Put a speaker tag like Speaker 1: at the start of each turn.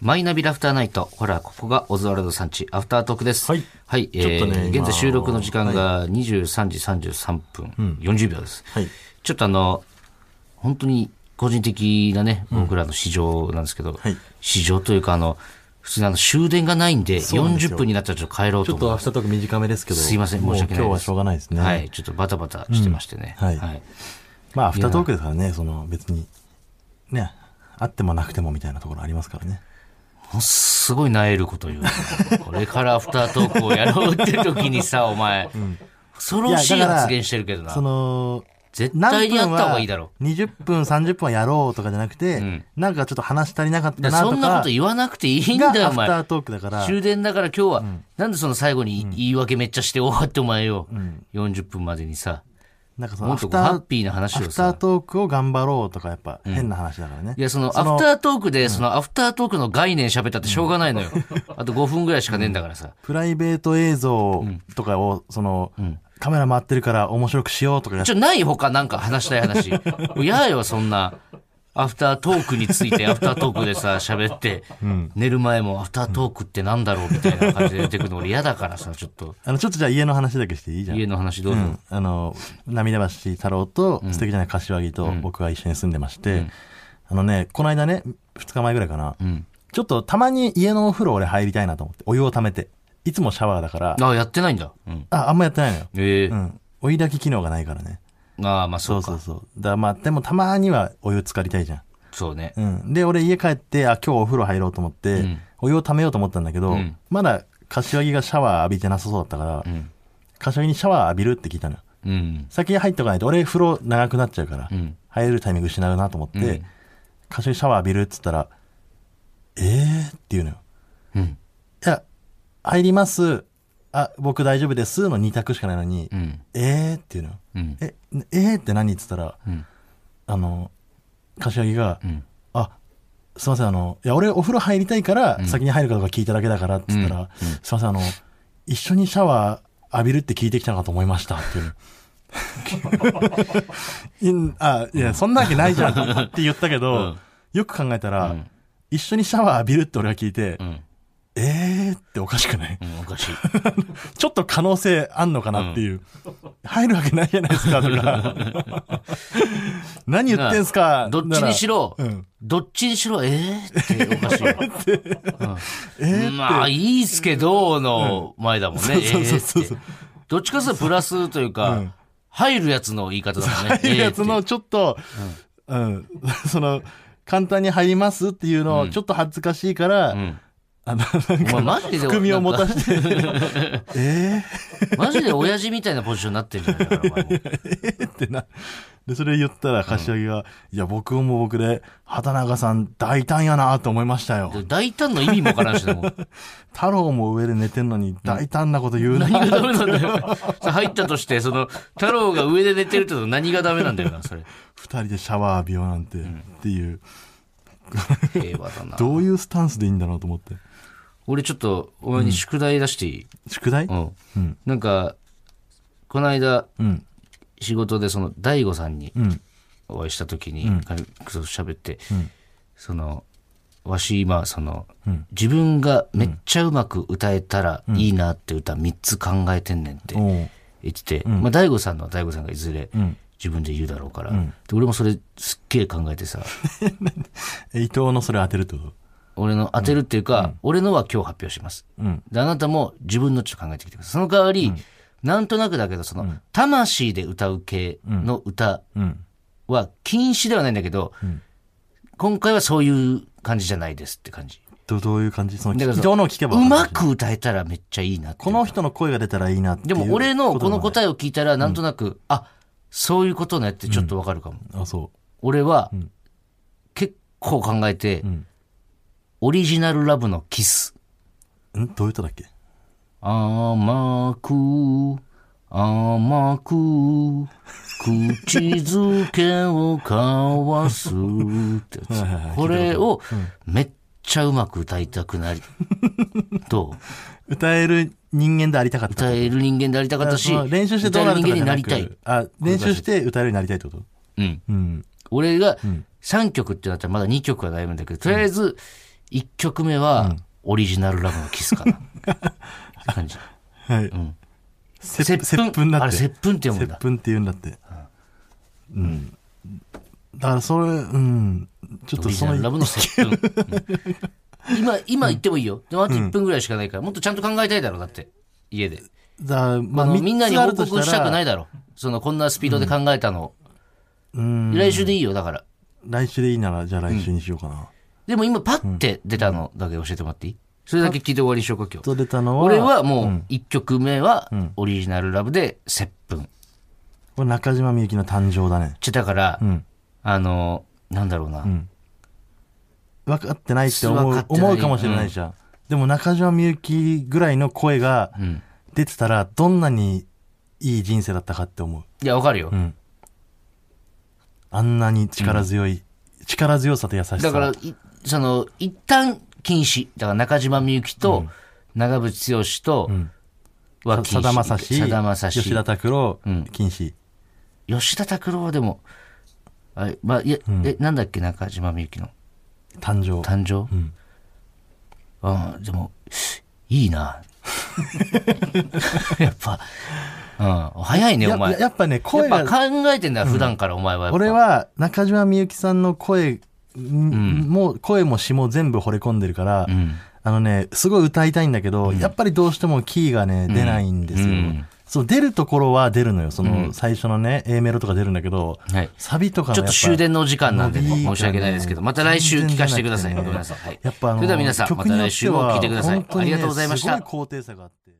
Speaker 1: マイナビラフターナイト。ほら、ここがオズワルドさんち、アフタートークです。
Speaker 2: はい
Speaker 1: はい、え
Speaker 2: ちょっ
Speaker 1: ー
Speaker 2: とね
Speaker 1: 現
Speaker 2: 今
Speaker 1: 在収録の時間が23時33分、40秒です。
Speaker 2: はい
Speaker 1: ちょっとあの、本当に個人的なね、僕らの市場なんですけど、
Speaker 2: はい
Speaker 1: 市場というかあの、普通にあの終電がないんで、
Speaker 2: そうなんですよ
Speaker 1: 40分になったらちょっと帰ろう
Speaker 2: ち
Speaker 1: と
Speaker 2: ょ
Speaker 1: 思
Speaker 2: っ
Speaker 1: う
Speaker 2: とアフタートーク短めですけど。
Speaker 1: すいません、
Speaker 2: も
Speaker 1: 申
Speaker 2: う
Speaker 1: し
Speaker 2: 今
Speaker 1: 訳ないです。
Speaker 2: 日はしょうがないですね。
Speaker 1: はい、ちょっとバタバタしてましてね。
Speaker 2: うんはい
Speaker 1: はい
Speaker 2: まあ、アフタートークですからね、その別に、ね、あってもなくてもみたいなところありますからね。
Speaker 1: ものすごいなえること言うな。これからアフタートークをやろうって時にさ、お前、恐ろしい
Speaker 2: いやだから
Speaker 1: 発言してるけどな
Speaker 2: そ。の、
Speaker 1: 絶
Speaker 2: 何
Speaker 1: 対に
Speaker 2: 分
Speaker 1: や
Speaker 2: は
Speaker 1: った方がいいだろ。
Speaker 2: 20分、30分はやろうとかじゃなくて、なんかちょっと話足りなかった
Speaker 1: だ
Speaker 2: な
Speaker 1: から
Speaker 2: とか。
Speaker 1: そんなこと言わなくていいんだ
Speaker 2: が
Speaker 1: よ、
Speaker 2: ア
Speaker 1: お
Speaker 2: フタ
Speaker 1: 前
Speaker 2: ー。トークだから、
Speaker 1: 終電だから今日は、なんでその最後に言い訳めっちゃして終わってお前よ、40分までにさ。
Speaker 2: なんかその
Speaker 1: も
Speaker 2: ア
Speaker 1: っと
Speaker 2: フ
Speaker 1: こう
Speaker 2: タ
Speaker 1: ハッ
Speaker 2: ー、
Speaker 1: ピーな話
Speaker 2: ア
Speaker 1: を
Speaker 2: フター
Speaker 1: さ。
Speaker 2: トークを頑張ろうとかやっぱ変な話だからね。
Speaker 1: いや、その、アフタートークで、その、アフタートークの概念喋ったってしょうがないのよ。あと5分ぐらいしかねえんだからさ。
Speaker 2: プライベート映像とかを、その、カメラ回ってるから面白くしようとかやっ
Speaker 1: ちょ、ない他なんか話したい 話。もう嫌よ、そんな。アフタートークについて、アフタートークでさ、喋って、寝る前もアフタートークってなんだろうみたいな感じで出てくるの俺嫌だからさ、ちょっと、
Speaker 2: あの、ちょっとじゃあ家の話だけしていいじゃん。
Speaker 1: 家の話どうぞ。
Speaker 2: うんあの、涙橋太郎と素敵じゃない柏木と僕が一緒に住んでまして、あのね、この間ね、2日前ぐらいかな、ちょっとたまに家のお風呂俺入りたいなと思って、お湯を溜めて。いつもシャワーだから、
Speaker 1: あ、やってないんだ。うん。
Speaker 2: あ、あんまやってないのよ。
Speaker 1: ええ
Speaker 2: うん。お湯だけ機能がないからね。
Speaker 1: ああ、まあそ
Speaker 2: そうう
Speaker 1: か。
Speaker 2: そ
Speaker 1: そう
Speaker 2: うそう。だまあ、でもたまにはお湯浸かりたいじゃん。
Speaker 1: ね。
Speaker 2: うん。で、俺家帰って、あ、今日お風呂入ろうと思って、お湯を溜めようと思ったんだけど、
Speaker 1: ん
Speaker 2: まだ柏木がシャワー浴びてなさそうだったから、
Speaker 1: ん
Speaker 2: 柏木にシャワー浴びるって聞いたのよ。
Speaker 1: うん。
Speaker 2: 先に入っておかないと、俺風呂長くなっちゃうから、
Speaker 1: ん
Speaker 2: 入るタイミング失うなと思って、
Speaker 1: うん
Speaker 2: 柏木シャワー浴びるっつったら、えーって言うのよ。
Speaker 1: うん。
Speaker 2: いや、入ります。あ、僕大丈夫です。の2択しかないのに、
Speaker 1: うん。
Speaker 2: えーって言うのよ。
Speaker 1: うん。
Speaker 2: え、えーって何っつったら、
Speaker 1: ん
Speaker 2: あの、柏木が、
Speaker 1: ん
Speaker 2: あ、すいません、あの、いや、俺お風呂入りたいから、先に入るかどうか聞いただけだから、っつったら、すいません、あの、一緒にシャワー浴びるって聞いてきたのかと思いました、って いうの。いんあ、いや、そんなわけないじゃんって言ったけど、よく考えたら、一緒にシャワー浴びるって俺が聞いて、
Speaker 1: ん
Speaker 2: えーっておかしくない
Speaker 1: うん。おか しい。
Speaker 2: ちょっと可能性あんのかなっていう。入るわけないじゃないですか、とか。 何言ってんすか。
Speaker 1: どっちにし
Speaker 2: ろ。
Speaker 1: ろ、
Speaker 2: うん
Speaker 1: どっちにしろ、えー、ってお かしい。
Speaker 2: え
Speaker 1: うんまあ、いいっすけど、の前だもんね。え
Speaker 2: そうそうそう
Speaker 1: ーっ
Speaker 2: そ
Speaker 1: て
Speaker 2: う
Speaker 1: どっちかというとプラスというか、入るやつの言い方だ もんね。
Speaker 2: 入るやつ
Speaker 1: えー
Speaker 2: の
Speaker 1: って
Speaker 2: ちょっと、うん、 その、簡単に入りますっていうのをちょっと恥ずかしいから、
Speaker 1: ん
Speaker 2: あの、なん
Speaker 1: お前
Speaker 2: か、
Speaker 1: マジで、
Speaker 2: 含みを持た
Speaker 1: なんか
Speaker 2: せて、 え
Speaker 1: マジで親父みたいなポジションになってるんじゃないかな、お前も
Speaker 2: ーってな。で、それ言ったら、柏木が、いや、僕も僕で、畑中さん大胆やなと思いましたよ。
Speaker 1: で大胆の意味もわからんし、でも。
Speaker 2: 太郎も上で寝てんのに大胆なこと言うな。
Speaker 1: 何がダメなんだよ。それ入ったとして、その、太郎が上で寝てるってこと何がダメなんだよな、それ。
Speaker 2: 二人でシャワー浴びようなんて、っていう、
Speaker 1: 平和だな。
Speaker 2: どういうスタンスでいいんだろうと思って。
Speaker 1: 俺ちょっと、お前に宿題出していい、
Speaker 2: 宿題
Speaker 1: うん、
Speaker 2: うん。
Speaker 1: なんか、この間、
Speaker 2: うん。
Speaker 1: 仕事でその、大悟さんに、
Speaker 2: うん。
Speaker 1: お会いした時に軽く喋って、そのわし今その、
Speaker 2: うん
Speaker 1: 自分がめっちゃうまく歌えたらいいなって歌3つ考えてんねんって
Speaker 2: おう
Speaker 1: 言ってて、まあ、大悟さんのは大悟さんがいずれ
Speaker 2: うん。
Speaker 1: 自分で言うだろうから、
Speaker 2: うん
Speaker 1: で俺もそれすっげえ考えて さ
Speaker 2: え伊藤のそれ当てるってこと
Speaker 1: 俺の当てるっていうか、俺のは今日発表します
Speaker 2: うん。
Speaker 1: であなたも自分のちょっと考えてきてくださいその代わり、なんとなくだけどその、魂で歌う系の歌、
Speaker 2: うん。
Speaker 1: は禁止ではないんだけど、
Speaker 2: ん
Speaker 1: 今回はそういう感じじゃないですって感じ。
Speaker 2: ど、どういう感じその、
Speaker 1: だから
Speaker 2: 伊藤のを聞けば
Speaker 1: う
Speaker 2: 分かる
Speaker 1: まく歌えたらめっちゃいいなってい
Speaker 2: こ
Speaker 1: う。
Speaker 2: の人の声が出たらいいなってい
Speaker 1: で
Speaker 2: う。
Speaker 1: も俺のこの
Speaker 2: と
Speaker 1: 答えを聞いたらなんとなく、あ、そういうことねってちょっとわかるかも。
Speaker 2: だもんね。あ、そ
Speaker 1: 俺は
Speaker 2: ん
Speaker 1: 結構考えて、
Speaker 2: う。うん。
Speaker 1: オリジナルラブのキス。
Speaker 2: んどういう歌だっけ
Speaker 1: 甘く、甘く、口づけを交わすってや
Speaker 2: はいはいはい
Speaker 1: つ。これをめっちゃうまく歌いたくなり、 と、
Speaker 2: 歌える人間でありたかった。
Speaker 1: 歌える人間でありたかったし
Speaker 2: そ、の練習してどうなると
Speaker 1: 歌え
Speaker 2: か
Speaker 1: る
Speaker 2: じ
Speaker 1: 人
Speaker 2: ゃ
Speaker 1: 間にな
Speaker 2: な
Speaker 1: り
Speaker 2: く
Speaker 1: たい。
Speaker 2: あ、練習して歌えるようになりたいってこと
Speaker 1: うん。
Speaker 2: うん。
Speaker 1: 俺が
Speaker 2: ん
Speaker 1: 3曲ってなったらまだ2曲は悩むんだけど、とりあえず1曲目は、オリジナルラブのキスかな。って 感じ。
Speaker 2: はい。
Speaker 1: ん
Speaker 2: せ
Speaker 1: 接
Speaker 2: 接
Speaker 1: 吻
Speaker 2: 吻だって。
Speaker 1: あれ接吻って読むんだ
Speaker 2: 接吻って言うんだって。うん。だからそれ、うん。ちょっ
Speaker 1: オ
Speaker 2: と
Speaker 1: リジ
Speaker 2: そ
Speaker 1: ナ
Speaker 2: の、
Speaker 1: ルラブの接吻。うん今、今言ってもいいよ。でもあと1分ぐらいしかないから、もっとちゃんと考えたいだろ、だって。家で。
Speaker 2: だま
Speaker 1: あ
Speaker 2: あ、
Speaker 1: の
Speaker 2: 三つ
Speaker 1: みんなに報
Speaker 2: あると。
Speaker 1: 告したくないいだろ。その、こんなスピードで考えたの。
Speaker 2: うん。
Speaker 1: 来週でいいよ、だから。
Speaker 2: 来週でいいなら、じゃあ来週にしようかな。
Speaker 1: でも今、パッて出たのだけ教えてもらっていいそれだけ聞いて終わりにしようか、今日。
Speaker 2: と出たのは、
Speaker 1: 俺はもう、1曲目は、オリジナルラブで接吻。
Speaker 2: これ中島みゆきの誕生だね。
Speaker 1: ちょ、だから、
Speaker 2: ん
Speaker 1: あの、なんだろうな。
Speaker 2: 分かってないって思
Speaker 1: 分か
Speaker 2: う
Speaker 1: ってない
Speaker 2: 思うかもしれないじゃん。でも中島みゆきぐらいの声が出てたら、どんなにいい人生だったかって思う。
Speaker 1: いや、わかるよ。
Speaker 2: あんなに力強い、力強さと優しさ。
Speaker 1: だから、いその、一旦禁止。だから中島みゆきと、長渕剛と、は禁
Speaker 2: さ
Speaker 1: 止。
Speaker 2: だまさし、
Speaker 1: さだまさし
Speaker 2: 吉田拓郎、禁止。
Speaker 1: 吉田拓郎はでも、あれ、まあ、いや、え、なんだっけ、中島みゆきの
Speaker 2: 誕生。
Speaker 1: 誕生ああ、でも、いい な。やっぱ、うん、早いね、
Speaker 2: や
Speaker 1: お前。
Speaker 2: ややっぱね、
Speaker 1: や
Speaker 2: 声
Speaker 1: っぱ
Speaker 2: が、
Speaker 1: 考えてんだ、普段からお前は。
Speaker 2: 俺
Speaker 1: は、
Speaker 2: は中島みゆきさんの声、んもう声も詞も全部惚れ込んでるから、
Speaker 1: うん。
Speaker 2: あのね、すごい歌いたいんだけど、やっぱりどうしてもキーがね、出ないんですよ。
Speaker 1: うん
Speaker 2: そう、出るところは出るのよ。その、最初のね、A メロとか出るんだけど、
Speaker 1: はい。
Speaker 2: サビとかが
Speaker 1: ち
Speaker 2: や
Speaker 1: ょっ
Speaker 2: ぱ
Speaker 1: と終電のお時間なんで、
Speaker 2: 伸び
Speaker 1: 申
Speaker 2: がね
Speaker 1: し訳ないですけど、また来週聞かせてください。ご
Speaker 2: 全
Speaker 1: め
Speaker 2: 然出
Speaker 1: ん
Speaker 2: な
Speaker 1: な
Speaker 2: く
Speaker 1: さ
Speaker 2: て
Speaker 1: い。はい。
Speaker 2: やっぱあの
Speaker 1: それでは皆さん、ま
Speaker 2: 曲
Speaker 1: た
Speaker 2: によ
Speaker 1: 来
Speaker 2: って
Speaker 1: 週も
Speaker 2: は
Speaker 1: 聞いてください
Speaker 2: 本。当
Speaker 1: あ
Speaker 2: に
Speaker 1: り
Speaker 2: ね
Speaker 1: がとうございまし
Speaker 2: すご
Speaker 1: た
Speaker 2: い。高低差があって。